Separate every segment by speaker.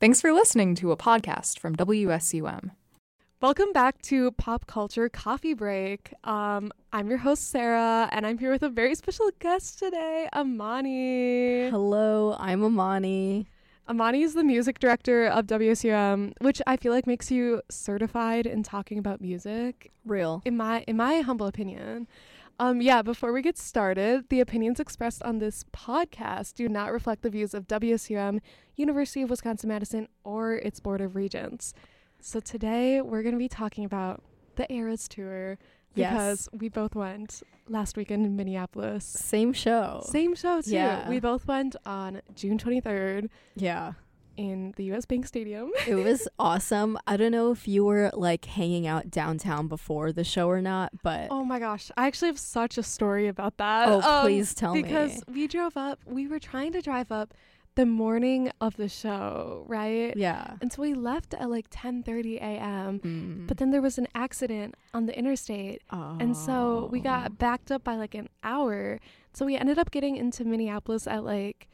Speaker 1: Thanks for listening to a podcast from WSUM.
Speaker 2: Welcome back to Pop Culture Coffee Break. Um, I'm your host, Sarah, and I'm here with a very special guest today, Amani.
Speaker 3: Hello, I'm Amani.
Speaker 2: Amani is the music director of WSUM, which I feel like makes you certified in talking about music,
Speaker 3: Real.
Speaker 2: in my in my humble opinion. Um, yeah, before we get started, the opinions expressed on this podcast do not reflect the views of WSUM, University of Wisconsin Madison, or its Board of Regents. So today we're going to be talking about the Eras Tour because we both went last weekend in Minneapolis.
Speaker 3: Same show.
Speaker 2: Same show too.
Speaker 3: Yeah.
Speaker 2: We both went on June 23rd
Speaker 3: Yeah.
Speaker 2: in the US Bank Stadium.
Speaker 3: It was awesome. I don't know if you were like hanging out downtown before the show or not, but
Speaker 2: Oh my gosh. I actually have such a story about that. Um,
Speaker 3: Oh, please tell me.
Speaker 2: Because we drove up, we were trying to drive up the morning of the show, right?
Speaker 3: yeah.
Speaker 2: And so we left at like 10:30 a.m.
Speaker 3: Mm.
Speaker 2: But then there was an accident on the interstate And so we got backed up by like an hour. So we ended up getting into Minneapolis at like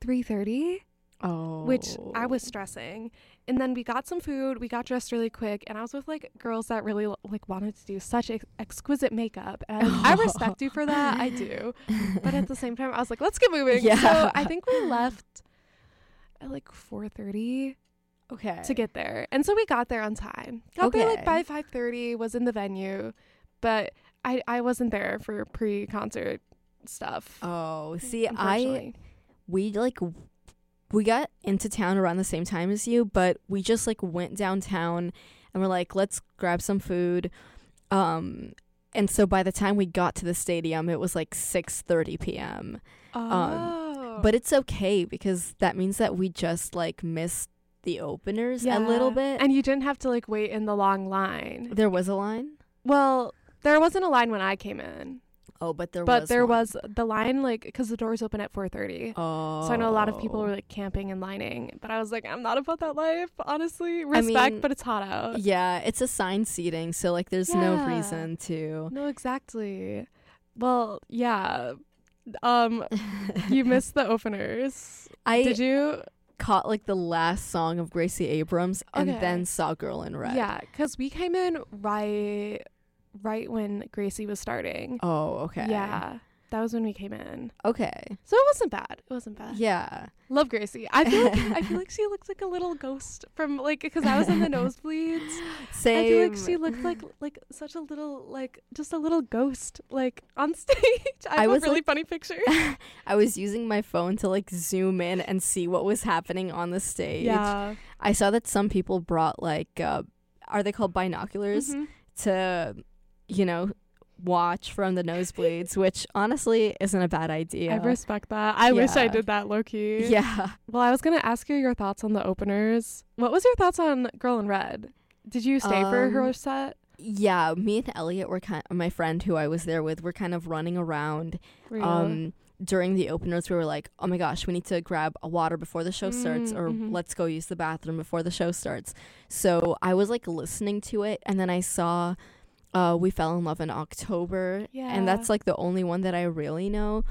Speaker 2: 3:30,
Speaker 3: oh,
Speaker 2: which I was stressing. And then we got some food, we got dressed really quick, and I was with like girls that really like wanted to do such ex- exquisite makeup. And I, I respect you for that. I do.
Speaker 3: Oh.
Speaker 2: But at the same time, I was like, "Let's get moving." So
Speaker 3: Yeah.
Speaker 2: I think we left at like 4:30
Speaker 3: okay
Speaker 2: to get there. And so we got there on time. Got there like
Speaker 3: Okay.
Speaker 2: by five thirty, was in the venue, but I, I wasn't there for pre concert stuff.
Speaker 3: Oh, see, I
Speaker 2: unfortunately.
Speaker 3: we like w- we got into town around the same time as you, but we just like went downtown and we're like, let's grab some food. Um and so by the time we got to the stadium, it was like 6:30 p.m.
Speaker 2: oh.
Speaker 3: um, But it's okay because that means that we just like missed the openers a little bit.
Speaker 2: Oh. And you didn't have to like wait in the long line.
Speaker 3: there was a line?
Speaker 2: Well, there wasn't a line when I came in,
Speaker 3: Oh, but there
Speaker 2: but
Speaker 3: was
Speaker 2: there
Speaker 3: one.
Speaker 2: was the line like because the doors open at four thirty.
Speaker 3: Oh.
Speaker 2: So I know a lot of people were like camping and lining, but I was like, I'm not about that life, honestly.
Speaker 3: I
Speaker 2: Respect,
Speaker 3: mean,
Speaker 2: but it's hot out.
Speaker 3: Yeah, it's assigned seating, so like there's
Speaker 2: Yeah.
Speaker 3: no reason to
Speaker 2: No, exactly. Well, yeah. Um, you missed the openers.
Speaker 3: I
Speaker 2: Did you?
Speaker 3: caught like the last song of Gracie Abrams and
Speaker 2: Okay.
Speaker 3: then saw Girl in Red.
Speaker 2: Yeah, because we came in right, right when Gracie was starting.
Speaker 3: Oh, okay.
Speaker 2: Yeah, that was when we came in.
Speaker 3: Okay.
Speaker 2: So it wasn't bad. It wasn't bad.
Speaker 3: Yeah.
Speaker 2: Love Gracie. I feel like I feel like she looked like a little ghost from like because I was in the nosebleeds.
Speaker 3: Same.
Speaker 2: I feel like she looked like like such a little like just a little ghost like on stage. I, have
Speaker 3: I was,
Speaker 2: a really
Speaker 3: like-
Speaker 2: funny picture.
Speaker 3: I was using my phone to like zoom in and see what was happening on the stage.
Speaker 2: yeah.
Speaker 3: I saw that some people brought like uh, are they called binoculars
Speaker 2: Mhm.
Speaker 3: to you know watch from the nosebleeds, which honestly isn't a bad idea.
Speaker 2: I respect that. I wish I
Speaker 3: Yeah.
Speaker 2: did that low key.
Speaker 3: yeah.
Speaker 2: Well, I was going to ask you your thoughts on the openers. What was your thoughts on Girl in Red? Did you stay for her
Speaker 3: Um,
Speaker 2: set?
Speaker 3: Yeah, me and Elliot were kind my friend who I was there with, were kind of running around
Speaker 2: Were you-
Speaker 3: um during the openers we were like oh my gosh we need to grab a water before the show starts
Speaker 2: Mm,
Speaker 3: or
Speaker 2: mhm.
Speaker 3: let's go use the bathroom before the show starts so i was like listening to it and then i saw uh we fell in love in october
Speaker 2: Yeah.
Speaker 3: and that's like the only one that i really know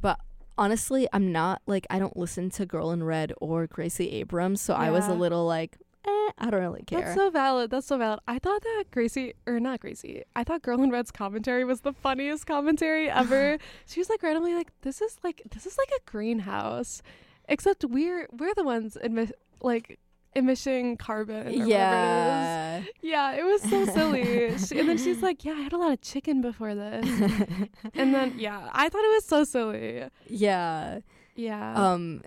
Speaker 3: but honestly i'm not like i don't listen to girl in red or gracie abrams so i was a
Speaker 2: Yeah.
Speaker 3: little like eh, i don't really care
Speaker 2: That's so valid. That's so valid. I thought that Gracie, or not Gracie, I thought Girl in Red's commentary was the funniest commentary ever. she was like randomly like, "This is like this is like a greenhouse, except we're we're the ones admit like emitting carbon." Or whatever it is.
Speaker 3: yeah
Speaker 2: Yeah, it was so silly. she, and then she's like, "Yeah, I had a lot of chicken before this." and then yeah, I thought it was so silly.
Speaker 3: yeah
Speaker 2: Yeah.
Speaker 3: um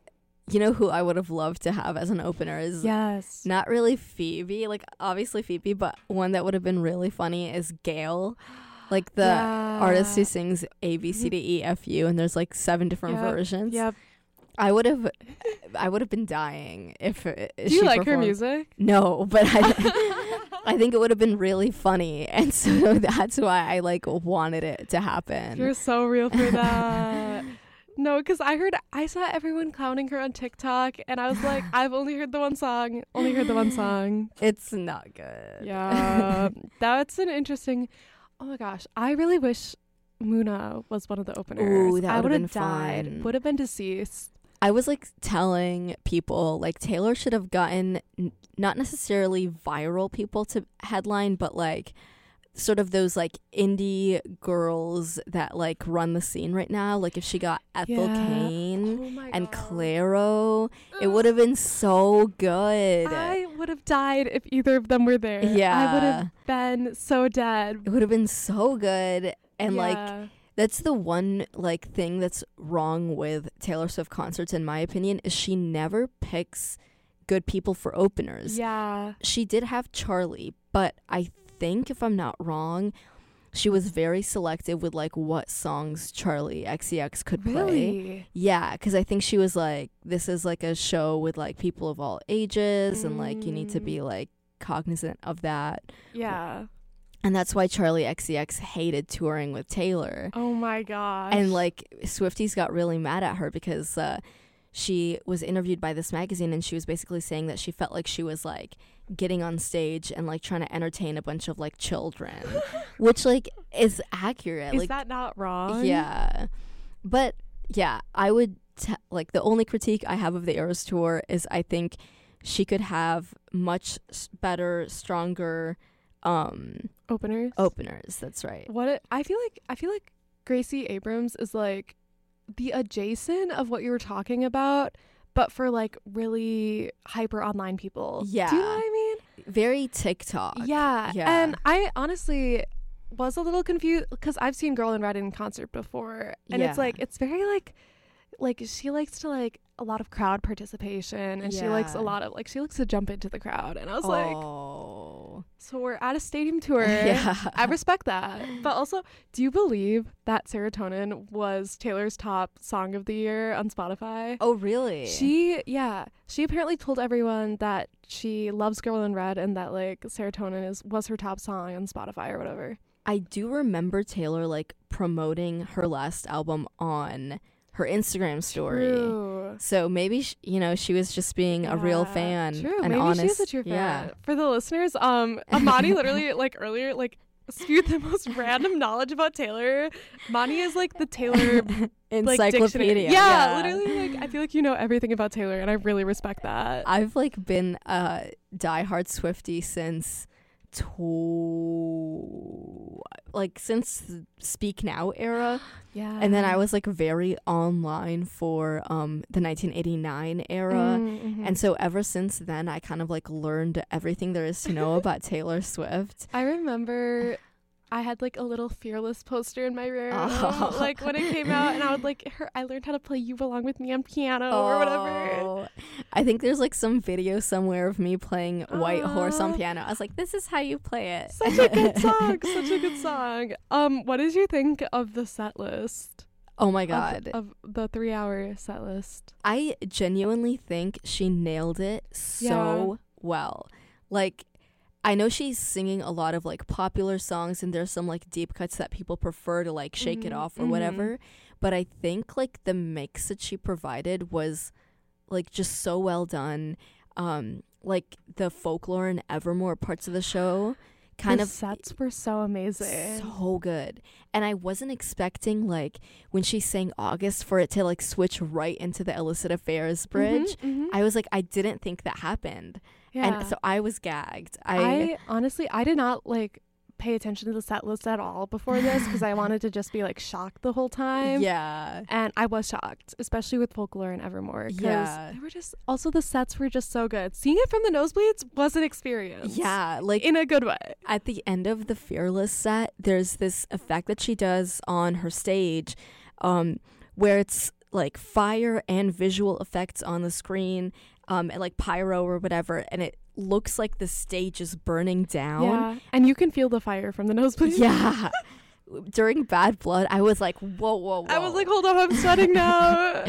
Speaker 3: you know who i would have loved to have as an opener is
Speaker 2: yes.
Speaker 3: not really Phoebe, like obviously Phoebe, but one that would have been really funny is Gail, like the artist who sings A B C D E F U, and there's like seven different
Speaker 2: Yep,
Speaker 3: versions.
Speaker 2: Yep.
Speaker 3: I would have, I would have been dying if. Do
Speaker 2: Do you like her music?
Speaker 3: No, but I, I think it would have been really funny, and so that's why I like wanted it to happen.
Speaker 2: You're so real for that. No, because I heard I saw everyone clowning her on TikTok, and I was like, I've only heard the one song, only heard the one song.
Speaker 3: it's not good.
Speaker 2: Yeah, that's an interesting. Oh my gosh, I really wish Muna was one of the openers.
Speaker 3: that
Speaker 2: I
Speaker 3: would've
Speaker 2: would have
Speaker 3: been
Speaker 2: died.
Speaker 3: fun.
Speaker 2: Would have been deceased.
Speaker 3: I was like telling people like Taylor should have gotten n- not necessarily viral people to headline, but like sort of those like indie girls that like run the scene right now. Like if she got Ethel
Speaker 2: Yeah.
Speaker 3: Kane
Speaker 2: Oh my
Speaker 3: Mm, and
Speaker 2: God.
Speaker 3: Claro, it would have been so good.
Speaker 2: I would have died if either of them were there. I would
Speaker 3: Yeah.
Speaker 2: have been so dead.
Speaker 3: it would have been so good. And like
Speaker 2: Yeah.
Speaker 3: that's the one like thing that's wrong with Taylor Swift concerts in my opinion is she never picks good people for openers.
Speaker 2: yeah,
Speaker 3: she did have Charlie, but I think if I'm not wrong, she was very selective with like what songs Charlie XCX could play.
Speaker 2: really.
Speaker 3: Yeah, cuz I think she was like this is like a show with like people of all ages and like you need to
Speaker 2: Mm.
Speaker 3: be like cognizant of that.
Speaker 2: Yeah.
Speaker 3: And that's why Charlie XCX hated touring with Taylor.
Speaker 2: Oh my gosh.
Speaker 3: And like Swifties got really mad at her because uh, she was interviewed by this magazine and she was basically saying that she felt like she was like getting on stage and like trying to entertain a bunch of like children, which like is accurate.
Speaker 2: is
Speaker 3: like
Speaker 2: that not wrong?
Speaker 3: yeah. But yeah, I would t- like the only critique I have of the Eras tour is I think she could have much s- better, stronger um
Speaker 2: Openers.
Speaker 3: openers. That's right.
Speaker 2: What it, I feel like I feel like Gracie Abrams is like the adjacent of what you were talking about, but for like really hyper online people. Do you know
Speaker 3: Yeah.
Speaker 2: what I mean?
Speaker 3: Very TikTok.
Speaker 2: Yeah.
Speaker 3: Yeah.
Speaker 2: And I honestly was a little confused because I've seen Girl in Red in concert before. And it's
Speaker 3: Yeah.
Speaker 2: like, it's very like, like she likes to like a lot of crowd participation and she likes a
Speaker 3: Yeah.
Speaker 2: lot of like, she likes to jump into the crowd. And I was like,
Speaker 3: oh.
Speaker 2: so we're at a stadium tour.
Speaker 3: Yeah.
Speaker 2: I respect that. But also, do you believe that Serotonin was Taylor's top song of the year on Spotify?
Speaker 3: Oh, really?
Speaker 2: She, yeah, she apparently told everyone that she loves Girl in Red and that like Serotonin is was her top song on Spotify or whatever.
Speaker 3: I do remember Taylor like promoting her last album on her Instagram story.
Speaker 2: True.
Speaker 3: So maybe sh you know she was just being a real
Speaker 2: Yeah.
Speaker 3: fan,
Speaker 2: True.
Speaker 3: an
Speaker 2: Maybe
Speaker 3: honest.
Speaker 2: she is a true fan.
Speaker 3: Yeah.
Speaker 2: For the listeners, um, Amani literally like earlier like spewed the most random knowledge about Taylor. Amani is like the Taylor like
Speaker 3: Encyclopedia.
Speaker 2: dictionary. Yeah, literally like I feel like you know everything about Taylor, and I really respect that.
Speaker 3: I've like been a diehard Swifty since to like since the Speak Now era.
Speaker 2: yeah.
Speaker 3: And then I was like very online for um the 1989 era.
Speaker 2: Mm. Mm-hmm,
Speaker 3: And so ever since then, I kind of like learned everything there is to know about Taylor Swift.
Speaker 2: I remember I had like a little fearless poster in my room,
Speaker 3: Oh.
Speaker 2: like when it came out, and I would like her. I learned how to play "You Belong with Me" on piano or whatever.
Speaker 3: Oh. I think there's like some video somewhere of me playing White Horse on
Speaker 2: Aw.
Speaker 3: piano. I was like, this is how you play it.
Speaker 2: Ah. Such a good song, such a good song. Um, what did you think of the set list?
Speaker 3: Oh my
Speaker 2: Of-
Speaker 3: God.
Speaker 2: of, the three-hour set list.
Speaker 3: I genuinely think she nailed it so well. Like, I know she's singing a lot of like popular songs, and there's some like deep cuts that people prefer to like shake it
Speaker 2: Mhm,
Speaker 3: off or
Speaker 2: mhm.
Speaker 3: whatever. But I think like the mix that she provided was like just so well done. Um, like the folklore and evermore parts of the show kind
Speaker 2: the
Speaker 3: of
Speaker 2: sets were so amazing.
Speaker 3: so good. And I wasn't expecting like when she sang August for it to like switch right into the illicit affairs bridge.
Speaker 2: Mhm, mhm.
Speaker 3: I was like, I didn't think that happened.
Speaker 2: Yeah.
Speaker 3: And so I was gagged. I,
Speaker 2: I honestly, I did not like pay attention to the set list at all before this because I wanted to just be like shocked the whole time.
Speaker 3: yeah.
Speaker 2: And I was shocked, especially with folklore and Evermore. 'cause
Speaker 3: Yeah.
Speaker 2: They were just, also the sets were just so good. Seeing it from the nosebleeds was an experience.
Speaker 3: Yeah, like
Speaker 2: In a good way.
Speaker 3: at the end of the Fearless set, there's this effect that she does on her stage um where it's like fire and visual effects on the screen um and like pyro or whatever and it looks like the stage is burning down.
Speaker 2: Yeah. And you can feel the fire from the nosebleeds.
Speaker 3: Yeah. During Bad Blood, I was like, whoa, whoa, whoa.
Speaker 2: I was like, hold on, I'm sweating now.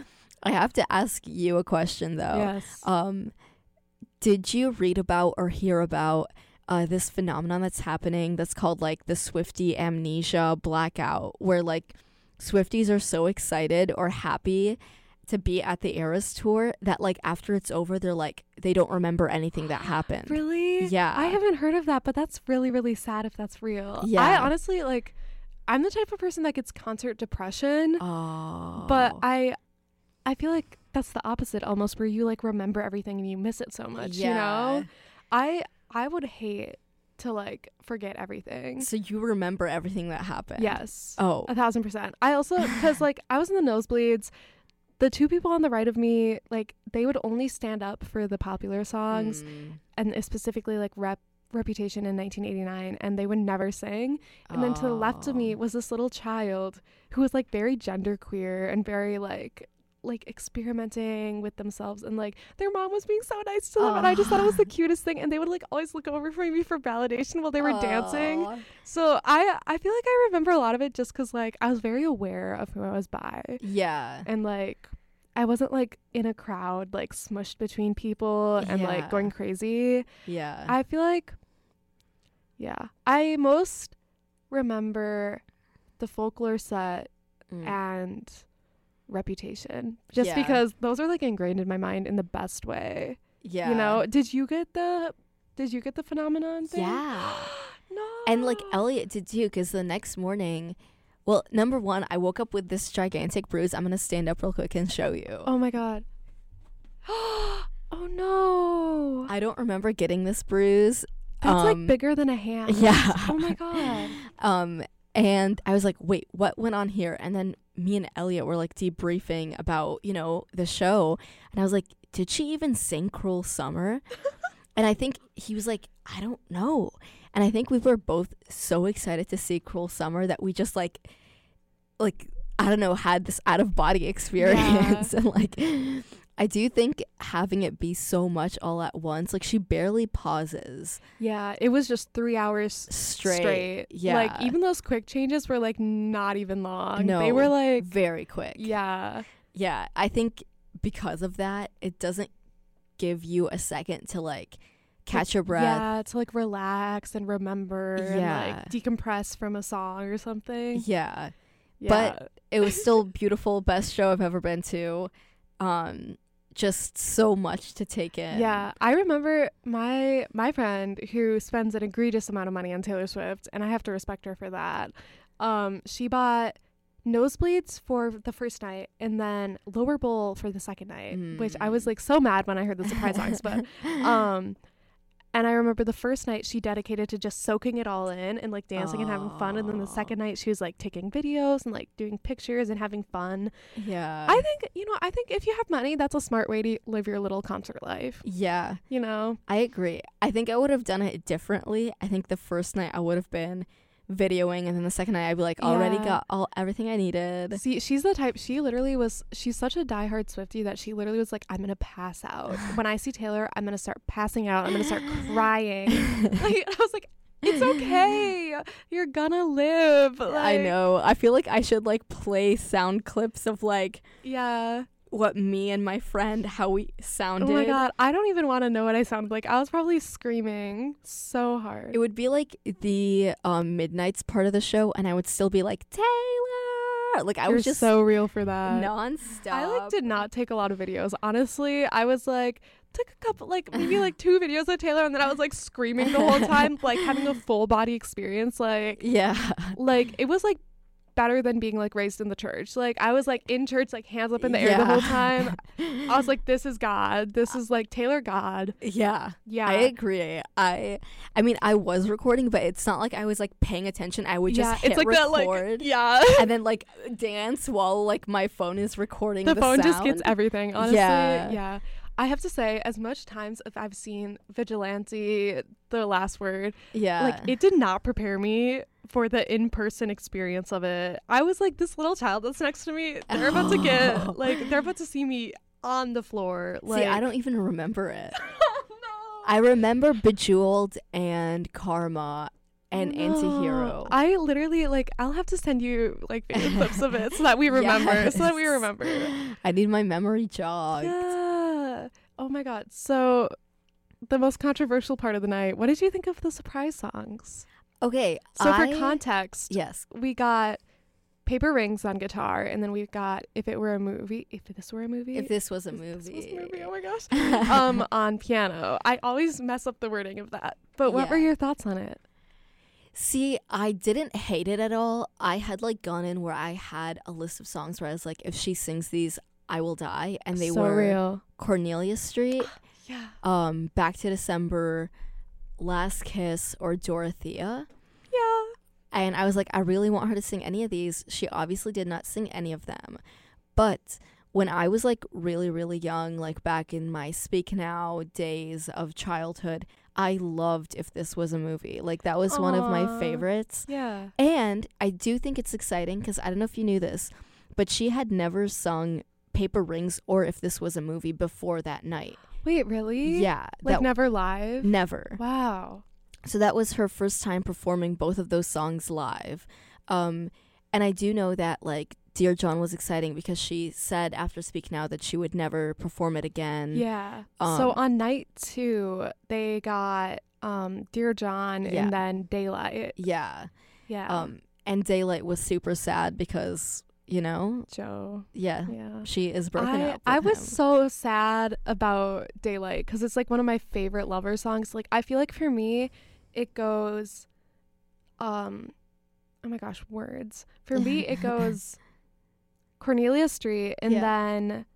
Speaker 3: I have to ask you a question though.
Speaker 2: yes.
Speaker 3: Um, did you read about or hear about uh, this phenomenon that's happening that's called like the Swifty amnesia blackout, where like Swifties are so excited or happy to be at the Eras tour that like after it's over, they're like they don't remember anything that happened.
Speaker 2: Really?
Speaker 3: Yeah.
Speaker 2: I haven't heard of that, but that's really, really sad if that's real. I
Speaker 3: Yeah.
Speaker 2: honestly like I'm the type of person that gets concert depression,
Speaker 3: Oh,
Speaker 2: but I I feel like that's the opposite almost, where you like remember everything and you miss it so much. You know, I I would hate to like forget everything.
Speaker 3: So you remember everything that happened.
Speaker 2: Yes.
Speaker 3: Oh.
Speaker 2: A thousand percent. I also because like I was in the nosebleeds. The two people on the right of me, like they would only stand up for the popular songs
Speaker 3: Mm.
Speaker 2: and uh, specifically like rep Reputation in 1989, and they would never sing. And then to the left of me
Speaker 3: Oh.
Speaker 2: was this little child who was like very genderqueer and very like like experimenting with themselves and like their mom was being so nice to them and I just thought it was the
Speaker 3: Aw.
Speaker 2: cutest thing and they would like always look over for me for validation while they were dancing.
Speaker 3: Aw.
Speaker 2: So I I feel like I remember a lot of it just because like I was very aware of who I was by
Speaker 3: Yeah.
Speaker 2: and like I wasn't like in a crowd like smushed between people and
Speaker 3: Yeah.
Speaker 2: like going crazy.
Speaker 3: Yeah.
Speaker 2: I feel like yeah I most remember the folklore set
Speaker 3: Mm.
Speaker 2: and reputation just
Speaker 3: Yeah.
Speaker 2: because those are like ingrained in my mind in the best way.
Speaker 3: yeah.
Speaker 2: You know? Did you get the did you get the phenomenon thing?
Speaker 3: Yeah.
Speaker 2: no.
Speaker 3: And like Elliot did too, because the next morning, well, number one, I woke up with this gigantic bruise. I'm gonna stand up real quick and show you.
Speaker 2: Oh my god. oh no.
Speaker 3: I don't remember getting this bruise.
Speaker 2: That's
Speaker 3: um,
Speaker 2: like bigger than a hand.
Speaker 3: yeah.
Speaker 2: Oh my god.
Speaker 3: Um, and I was like, wait, what went on here? And then me and Elliot were like debriefing about you know the show, and I was like, did she even sing "Cruel Summer"? and I think he was like, I don't know. And I think we were both so excited to see "Cruel Summer" that we just like, like I don't know, had this out of body experience, and like. I do think having it be so much all at once, like she barely pauses
Speaker 2: Yeah, it was just 3 hours
Speaker 3: straight.
Speaker 2: straight.
Speaker 3: Yeah.
Speaker 2: Like even those quick changes were like not even long. They
Speaker 3: No.
Speaker 2: were like
Speaker 3: very quick.
Speaker 2: yeah.
Speaker 3: Yeah, I think because of that, it doesn't give you a second to like catch your breath.
Speaker 2: Yeah, to like relax and remember and
Speaker 3: Yeah.
Speaker 2: like decompress from a song or
Speaker 3: Yeah.
Speaker 2: something.
Speaker 3: But-
Speaker 2: Yeah.
Speaker 3: It was still beautiful, best show I've ever been to. Um just so much to take in.
Speaker 2: Yeah, I remember my my friend who spends an egregious amount of money on Taylor Swift, and I have to respect her for that. Um, she bought nosebleeds for the first night, and then lower bowl for the second night, which I was
Speaker 3: Mm.
Speaker 2: like so mad when I heard the surprise songs, but um. And I remember the first night she dedicated to just soaking it all in and like dancing and having fun. And then the
Speaker 3: Aw.
Speaker 2: second night she was like taking videos and like doing pictures and having fun.
Speaker 3: Yeah.
Speaker 2: I think, you know, I think if you have money, that's a smart way to live your little concert life,
Speaker 3: yeah,
Speaker 2: you know?
Speaker 3: I agree. I think I would have done it differently. I think the first night I would have been videoing and then the second night I'd be like already
Speaker 2: Yeah.
Speaker 3: got all everything I needed.
Speaker 2: See, she's the type. She literally was. She's such a diehard Swifty that she literally was like, "I'm gonna pass out when I see Taylor. I'm gonna start passing out. I'm gonna start crying." like I was like, "It's okay. You're gonna live."
Speaker 3: I
Speaker 2: Like,
Speaker 3: know. I feel like I should like play sound clips of like
Speaker 2: Yeah.
Speaker 3: what me and my friend how we sounded.
Speaker 2: Oh my god. I don't even want to know what I sounded like. I was probably screaming so hard.
Speaker 3: It would be like the um midnight's part of the show and I would still be like Taylor. Like I
Speaker 2: You're
Speaker 3: was just
Speaker 2: so real for that.
Speaker 3: nonstop.
Speaker 2: I like did not take a lot of videos. Honestly, I was like took a couple like maybe like two videos of Taylor and then I was like screaming the whole time, like having a full body experience. Like
Speaker 3: Yeah.
Speaker 2: like it was like better than being like raised in the church. Like I was like in church, like hands up in the air the whole
Speaker 3: Yeah.
Speaker 2: time. I was like, This is God. This is like Taylor God.
Speaker 3: Yeah.
Speaker 2: Yeah.
Speaker 3: I agree. I I mean I was recording but it's not like I was like paying attention. I would just
Speaker 2: yeah,
Speaker 3: hit
Speaker 2: it's like that
Speaker 3: record
Speaker 2: like yeah.
Speaker 3: and then like dance while like my phone is recording the,
Speaker 2: the phone just gets
Speaker 3: sound.
Speaker 2: everything honestly
Speaker 3: Yeah.
Speaker 2: yeah. i have to say as much times as i've seen vigilante the last word
Speaker 3: Yeah.
Speaker 2: like it did not prepare me for the in-person experience of it i was like this little child that's next to me they're about to
Speaker 3: Oh.
Speaker 2: get like they're about to see me on the floor like Oh,
Speaker 3: See, I don't even remember it.
Speaker 2: no.
Speaker 3: I remember Bejeweled and Karma and
Speaker 2: Oh, No.
Speaker 3: Antihero.
Speaker 2: i literally like i'll have to send you like video clips of it so that we remember so that we
Speaker 3: Yes.
Speaker 2: remember
Speaker 3: I need my memory jogged.
Speaker 2: Yeah. Oh my god. So the most controversial part of the night. What did you think of the surprise songs?
Speaker 3: Okay.
Speaker 2: So
Speaker 3: I,
Speaker 2: for context,
Speaker 3: Yes.
Speaker 2: we got Paper Rings on guitar and then we got If It Were a Movie, If This Were a Movie.
Speaker 3: If this was a
Speaker 2: If This
Speaker 3: movie.
Speaker 2: Was a Movie. Oh my gosh. um on piano. I always mess up the wording of that. But what
Speaker 3: Yeah.
Speaker 2: were your thoughts on it?
Speaker 3: See, I didn't hate it at all. I had like gone in where I had a list of songs where I was like, if she sings these, I Will Die, and they
Speaker 2: so
Speaker 3: were
Speaker 2: real.
Speaker 3: Cornelia Street,
Speaker 2: Yeah.
Speaker 3: um, Back to December, Last Kiss, or Dorothea.
Speaker 2: Yeah.
Speaker 3: And I was like, I really want her to sing any of these. She obviously did not sing any of them. But when I was like really, really young, like back in my Speak Now days of childhood, I loved If This Was a Movie. Like, that was one of my
Speaker 2: Aw.
Speaker 3: favorites.
Speaker 2: Yeah.
Speaker 3: And I do think it's exciting because I don't know if you knew this, but she had never sung Paper Rings or If This Was a Movie before that night.
Speaker 2: Wait, really?
Speaker 3: Yeah.
Speaker 2: Like
Speaker 3: that,
Speaker 2: never live.
Speaker 3: never.
Speaker 2: Wow.
Speaker 3: So that was her first time performing both of those songs live. Um, and I do know that, like, Dear John was exciting because she said after Speak Now that she would never perform it again.
Speaker 2: Yeah. so
Speaker 3: Mm. um,
Speaker 2: on night two, they got um Dear John
Speaker 3: Yeah.
Speaker 2: and then Daylight.
Speaker 3: Yeah.
Speaker 2: Yeah.
Speaker 3: Um, and Daylight was super sad because, you know,
Speaker 2: Joe.
Speaker 3: yeah,
Speaker 2: Yeah.
Speaker 3: she is broken
Speaker 2: I,
Speaker 3: up. with
Speaker 2: I was
Speaker 3: him.
Speaker 2: so sad about Daylight because it's like one of my favorite lover songs. Like I feel like for me, it goes, um, oh my gosh, words. For me, it goes Cornelia Street and
Speaker 3: Yeah.
Speaker 2: then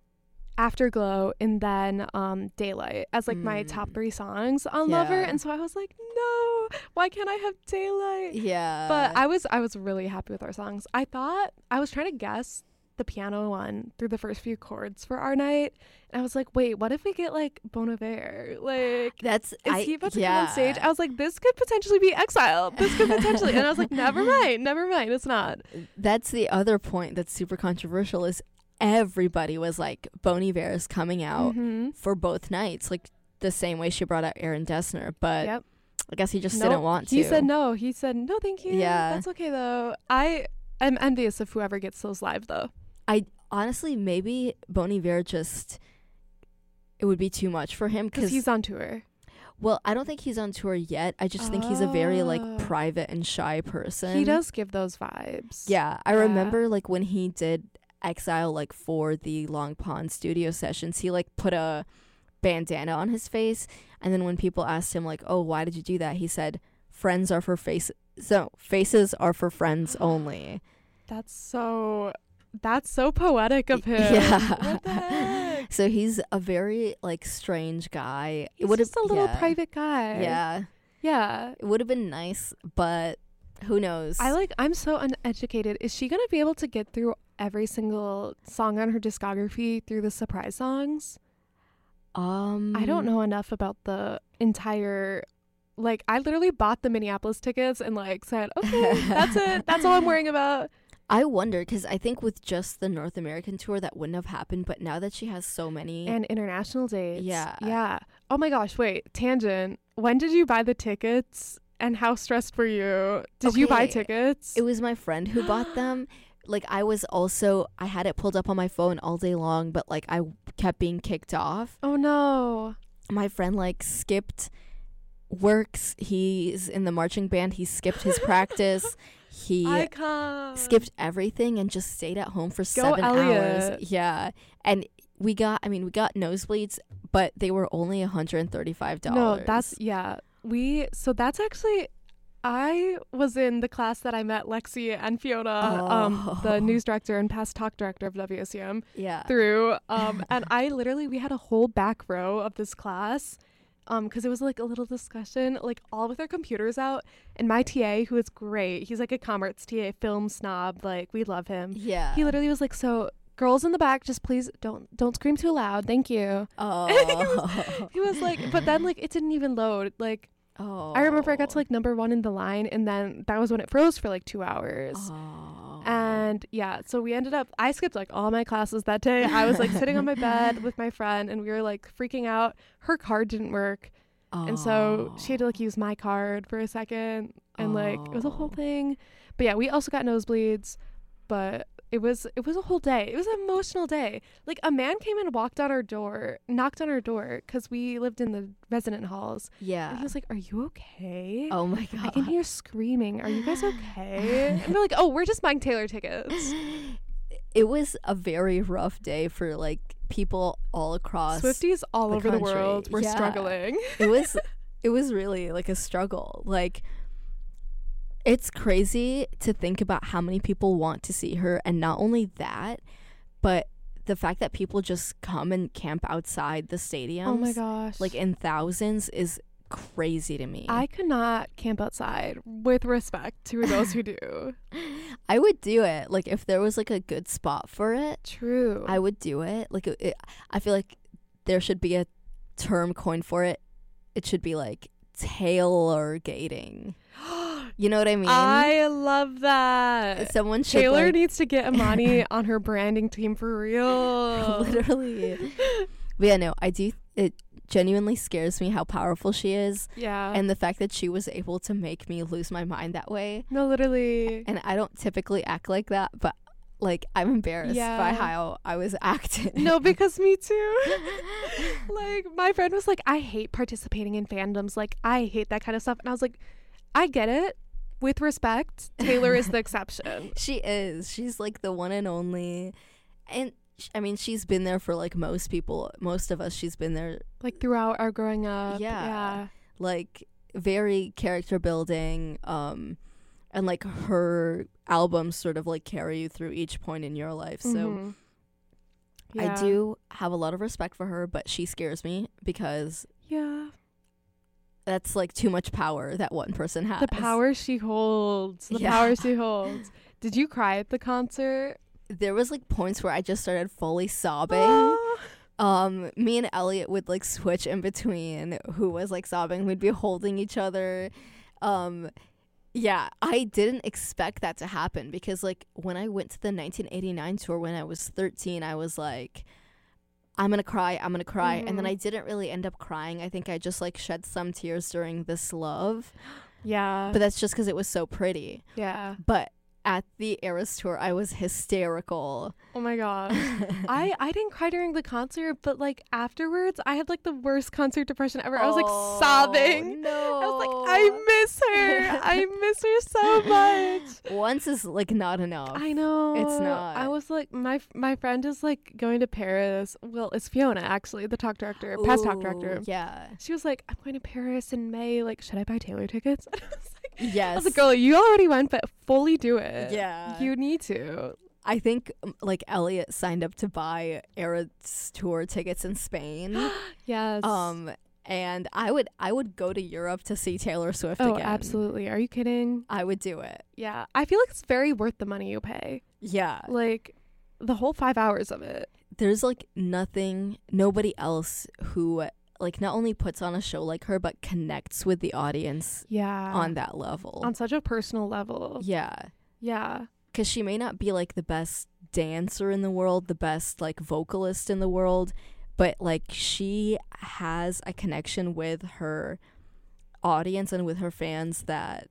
Speaker 2: Afterglow and then um Daylight as like my top
Speaker 3: Mm.
Speaker 2: three songs on Lover.
Speaker 3: Yeah.
Speaker 2: And so I was like, no, why can't I have Daylight?
Speaker 3: Yeah.
Speaker 2: But I was I was really happy with our songs. I thought I was trying to guess the piano one through the first few chords for our night, and I was like, wait, what if we get like Bon Iver? Like,
Speaker 3: That's
Speaker 2: is
Speaker 3: I,
Speaker 2: he about to
Speaker 3: yeah.
Speaker 2: come on stage? Oh. I was like, this could potentially be Exile. This could potentially, and I was like, never mind, never mind, it's not.
Speaker 3: That's the other point that's super controversial is everybody was like, Bon Iver is coming out
Speaker 2: Mhm.
Speaker 3: for both nights, like the same way she brought out Aaron Dessner, but
Speaker 2: Yep.
Speaker 3: I guess he just
Speaker 2: Nope.
Speaker 3: didn't want to.
Speaker 2: He said no. He said no, thank you.
Speaker 3: Yeah.
Speaker 2: that's okay though. I am envious of whoever gets those live though.
Speaker 3: Honestly, maybe Bon Iver just it would be too much for him
Speaker 2: Because
Speaker 3: because
Speaker 2: he's on tour.
Speaker 3: well, I don't think he's on tour yet. I just think he's a very like
Speaker 2: Oh.
Speaker 3: private and shy person.
Speaker 2: He does give those vibes.
Speaker 3: Yeah, I
Speaker 2: Yeah.
Speaker 3: remember like when he did Exile like for the Long Pond studio sessions, he like put a bandana on his face and then when people asked him like, "Oh, why did you do that?" he said, "Friends are for faces." So, faces are for friends only.
Speaker 2: That's so. That's so poetic of him.
Speaker 3: Yeah.
Speaker 2: What the heck?
Speaker 3: So he's a very like strange guy.
Speaker 2: He's
Speaker 3: would've-
Speaker 2: just a little
Speaker 3: yeah.
Speaker 2: private guy.
Speaker 3: Yeah.
Speaker 2: Yeah.
Speaker 3: It would have been nice, but who knows?
Speaker 2: I like. I'm so uneducated. Is she gonna be able to get through every single song on her discography through the surprise songs?
Speaker 3: um
Speaker 2: I don't know enough about the entire. Like, I literally bought the Minneapolis tickets and like said, okay, that's it. That's all I'm worrying about.
Speaker 3: I wonder because I think with just the North American tour that wouldn't have happened, but now that she has so many,
Speaker 2: And international dates.
Speaker 3: Yeah.
Speaker 2: Yeah. Oh my gosh. Wait. Tangent. When did you buy the tickets? And how stressed were you? Did you buy
Speaker 3: Okay.
Speaker 2: tickets?
Speaker 3: it was my friend who bought them. Like I was also I had it pulled up on my phone all day long, but like I kept being kicked off.
Speaker 2: oh no.
Speaker 3: My friend like skipped works. He's in the marching band. He skipped his practice. He
Speaker 2: Icon.
Speaker 3: skipped everything and just stayed at home for
Speaker 2: Go
Speaker 3: seven hours.
Speaker 2: Elliot.
Speaker 3: Yeah. And we got, I mean, we got nosebleeds, but they were only $135.
Speaker 2: No, that's yeah. We so that's actually I was in the class that I met Lexi and Fiona, um,
Speaker 3: Oh.
Speaker 2: the news director and past talk director of WSUM,
Speaker 3: yeah.
Speaker 2: through. Um, and I literally we had a whole back row of this class, um, because it was like a little discussion, like all with our computers out. And my TA, who is great, he's like a commerce TA, film snob, like we love him.
Speaker 3: Yeah.
Speaker 2: He literally was like, so girls in the back, just please don't don't scream too loud. Thank you.
Speaker 3: oh.
Speaker 2: He was like, but then like it didn't even load. Like
Speaker 3: oh.
Speaker 2: I remember I got to like number one in the line, and then that was when it froze for like two hours.
Speaker 3: Oh.
Speaker 2: And yeah, so we ended up. I skipped like all my classes that day. I was like sitting on my bed with my friend, and we were like freaking out. Her card didn't work, and so she had to like use my card for a second, and like it was a whole
Speaker 3: Oh.
Speaker 2: thing. But yeah, we also got nosebleeds, but it was it was a whole day. It was an emotional day. Like a man came and walked on our door, knocked on our door, because we lived in the resident halls. And
Speaker 3: Yeah.
Speaker 2: he was like, Are you okay?
Speaker 3: Oh my
Speaker 2: I
Speaker 3: God.
Speaker 2: can hear screaming. Are you guys okay? and they're like, Oh, we're just buying Taylor tickets.
Speaker 3: It was a very rough day for like people all across.
Speaker 2: Swifties all
Speaker 3: the
Speaker 2: over the world
Speaker 3: country.
Speaker 2: were
Speaker 3: Yeah.
Speaker 2: struggling.
Speaker 3: it was it was really like a struggle like it's crazy to think about how many people want to see her and not only that but the fact that people just come and camp outside the stadium,
Speaker 2: Oh my gosh.
Speaker 3: like in thousands, is crazy to me.
Speaker 2: I could not camp outside with respect to those who do.
Speaker 3: I would do it. Like if there was like a good spot for it,
Speaker 2: True.
Speaker 3: I would do it. Like it, it- I feel like there should be a term coined for it. It should be like tailor gating. You know what I mean?
Speaker 2: I love that.
Speaker 3: Someone should
Speaker 2: Taylor
Speaker 3: like,
Speaker 2: needs to get Amani on her branding team for real.
Speaker 3: literally. But yeah, no, I do. It genuinely scares me how powerful she is,
Speaker 2: Yeah.
Speaker 3: and the fact that she was able to make me lose my mind that way.
Speaker 2: no, literally.
Speaker 3: And I don't typically act like that, but like I'm embarrassed by
Speaker 2: Yeah.
Speaker 3: how I was acting.
Speaker 2: No, because me too. like my friend was like, I hate participating in fandoms. Like I hate that kind of stuff. And I was like, I get it. With respect, Taylor is the exception.
Speaker 3: She is. She's like the one and only. And sh- I mean, she's been there for like most people, most of us. She's been there
Speaker 2: Like throughout our growing up.
Speaker 3: Yeah.
Speaker 2: Yeah.
Speaker 3: like very character building um and like her albums sort of like carry you through each point in your life. So
Speaker 2: Mhm.
Speaker 3: I
Speaker 2: Mm-hmm. Yeah.
Speaker 3: do have a lot of respect for her, but she scares me because
Speaker 2: Yeah.
Speaker 3: that's like too much power that one person has.
Speaker 2: The power she holds. The
Speaker 3: Uh, Yeah.
Speaker 2: power she holds. Did you cry at the concert?
Speaker 3: There was like points where I just started fully sobbing.
Speaker 2: Ah.
Speaker 3: um me and elliot would like switch in between who was like sobbing we'd be holding each other um yeah i didn't expect that to happen because like when i went to the 1989 tour when i was 13 i was like i'm gonna cry i'm gonna cry and then
Speaker 2: Mhm.
Speaker 3: i didn't really end up crying i think i just like shed some tears during this love
Speaker 2: Yeah.
Speaker 3: but that's just because it was so pretty
Speaker 2: yeah.
Speaker 3: but at the eras tour i was hysterical
Speaker 2: Oh my gosh. I, I didn't cry during the concert, but like afterwards, I had like the worst concert depression ever. I was
Speaker 3: Oh,
Speaker 2: like sobbing.
Speaker 3: no
Speaker 2: I was like,
Speaker 3: Oh.
Speaker 2: I miss her. I miss her so much.
Speaker 3: Once is like not enough.
Speaker 2: I know.
Speaker 3: not.
Speaker 2: I was like, my my friend is like going to Paris. Well, it's Fiona actually, the talk director, past talk
Speaker 3: Ooh,
Speaker 2: director.
Speaker 3: Yeah.
Speaker 2: She was like, I'm going to Paris in May. Like, should I buy Taylor tickets? And I was like,
Speaker 3: Yes.
Speaker 2: I was like, girl, you already went, but fully do it.
Speaker 3: Yeah.
Speaker 2: You need to.
Speaker 3: I think um, like Elliot signed up to buy Eras tour tickets in Spain.
Speaker 2: Yes.
Speaker 3: um, and I would I would go to Europe to see Taylor Swift
Speaker 2: Oh,
Speaker 3: again.
Speaker 2: absolutely. Are you kidding?
Speaker 3: I would do it.
Speaker 2: Yeah. I feel like it's very worth the money you pay.
Speaker 3: Uh, Yeah.
Speaker 2: Like, the whole five hours of it.
Speaker 3: There's like nothing, nobody else who like not only puts on a show like her but connects with the audience
Speaker 2: Yeah.
Speaker 3: on that level.
Speaker 2: on such a personal level.
Speaker 3: yeah.
Speaker 2: Yeah.
Speaker 3: because she may not be like the best dancer in the world, the best like vocalist in the world, but like she has a connection with her audience and with her fans that,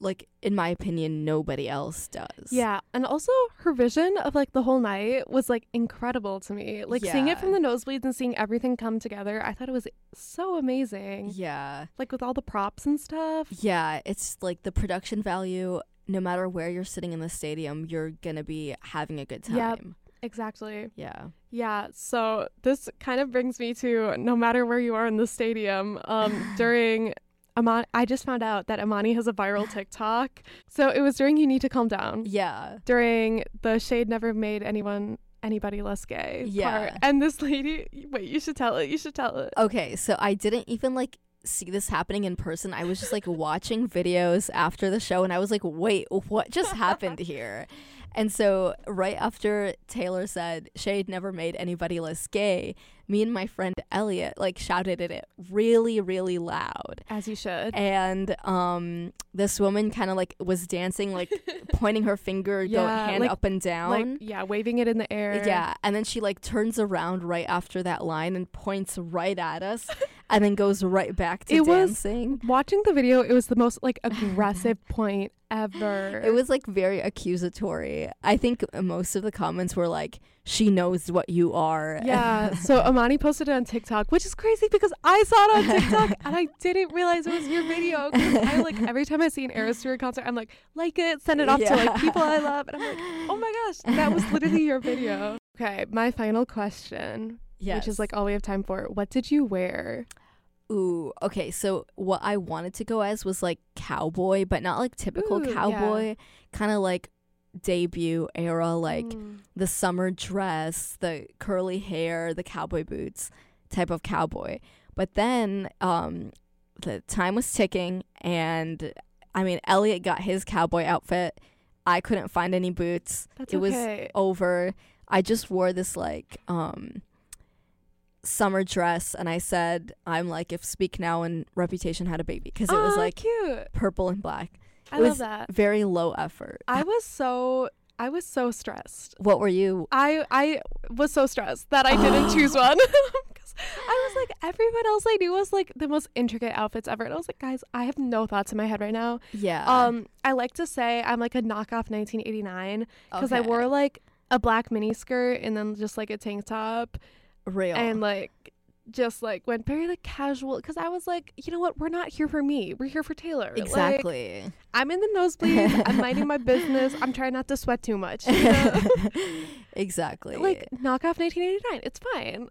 Speaker 3: like, in my opinion, nobody else does.
Speaker 2: Yeah, and also her vision of like the whole night was like incredible to me. Like seeing it from
Speaker 3: Yeah.
Speaker 2: the nosebleeds and seeing everything come together, I thought it was so amazing.
Speaker 3: Yeah.
Speaker 2: Like with all the props and stuff.
Speaker 3: Yeah. It's like the production value, no matter where you're sitting in the stadium, you're going to be having a good
Speaker 2: Yep.
Speaker 3: time.
Speaker 2: Exactly.
Speaker 3: Yeah.
Speaker 2: Yeah, so this kind of brings me to no matter where you are in the stadium, um during Amani, I just found out that Amani has a viral TikTok. So it was during You Need to Calm Down.
Speaker 3: Yeah.
Speaker 2: during the shade never made anyone anybody less gay
Speaker 3: Yeah.
Speaker 2: part. and this lady wait you should tell it you should tell it
Speaker 3: Okay, so I didn't even like see this happening in person. I was just like watching videos after the show and I was like, "Wait, what just happened here?" And so right after Taylor said Shade never made anybody less gay, me and my friend Elliot like shouted at it really really loud.
Speaker 2: as you should
Speaker 3: And um this woman kind of like was dancing like pointing her finger go
Speaker 2: Yeah,
Speaker 3: hand
Speaker 2: like-
Speaker 3: up and down.
Speaker 2: like yeah waving it in the air
Speaker 3: Yeah, and then she like turns around right after that line and points right at us, and then goes right back to
Speaker 2: It was-
Speaker 3: dancing.
Speaker 2: watching the video it was the most like aggressive point ever
Speaker 3: It was like very accusatory. I think most of the comments were like, "She knows what you are."
Speaker 2: yeah so amani posted it on tiktok which is crazy because i saw it on tiktok and i didn't realize it was your video 'cause i like every time i see an Eras tour concert i'm like like it send it off to
Speaker 3: Yeah.
Speaker 2: like people i love and i'm like oh my gosh that was literally your video okay my final question
Speaker 3: yes.
Speaker 2: which is like all we have time for. What did you wear?
Speaker 3: ooh, okay. So what I wanted to go as was like cowboy, but not like typical
Speaker 2: Ooh, yeah.
Speaker 3: cowboy, kind of like debut era, like
Speaker 2: Mm.
Speaker 3: the summer dress, the curly hair, the cowboy boots type of cowboy. But then um, the time was ticking, and I mean, Elliot got his cowboy outfit. I couldn't find any boots.
Speaker 2: That's
Speaker 3: it was
Speaker 2: okay.
Speaker 3: Over, I just wore this like um, summer dress, and I said, "I'm like if Speak Now and Reputation had a baby," because it was
Speaker 2: Aw,
Speaker 3: like
Speaker 2: cute.
Speaker 3: purple and black,
Speaker 2: I love
Speaker 3: was-
Speaker 2: that.
Speaker 3: very low effort.
Speaker 2: I was so I was so stressed.
Speaker 3: what were you?
Speaker 2: I I was so stressed that I didn't choose one. 'Cause I was like everyone else I knew was like the most intricate outfits ever. And I was like, guys, I have no thoughts in my head right now.
Speaker 3: Yeah.
Speaker 2: Um, I like to say I'm like a knockoff 1989 because I
Speaker 3: okay.
Speaker 2: wore like a black mini skirt and then just like a tank top
Speaker 3: real
Speaker 2: and like just like went very like casual because I was like, you know what, we're not here for me. We're here for Taylor. Like,
Speaker 3: exactly.
Speaker 2: I'm in the nosebleed. I'm minding my business. I'm trying not to sweat too much. you know?
Speaker 3: exactly.
Speaker 2: like knockoff 1989. It's fine.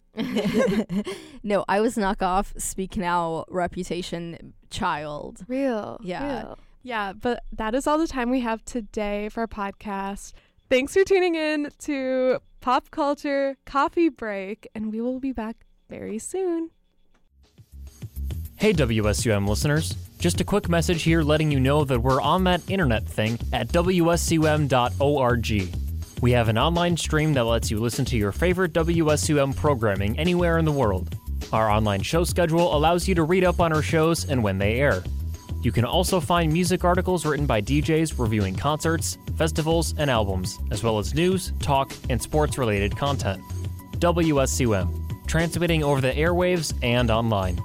Speaker 3: no, I was knockoff Speak Now reputation child.
Speaker 2: Real.
Speaker 3: Yeah.
Speaker 2: real. Yeah. But that is all the time we have today for our podcast. Thanks for tuning in to Pop Culture Coffee Break, and we will be back very soon.
Speaker 4: Hey, WSUM listeners. Just a quick message here letting you know that we're on that internet thing at WSUM.org. We have an online stream that lets you listen to your favorite WSUM programming anywhere in the world. Our online show schedule allows you to read up on our shows and when they air. You can also find music articles written by DJs reviewing concerts, festivals, and albums, as well as news, talk, and sports related content. WSUM, transmitting over the airwaves and online.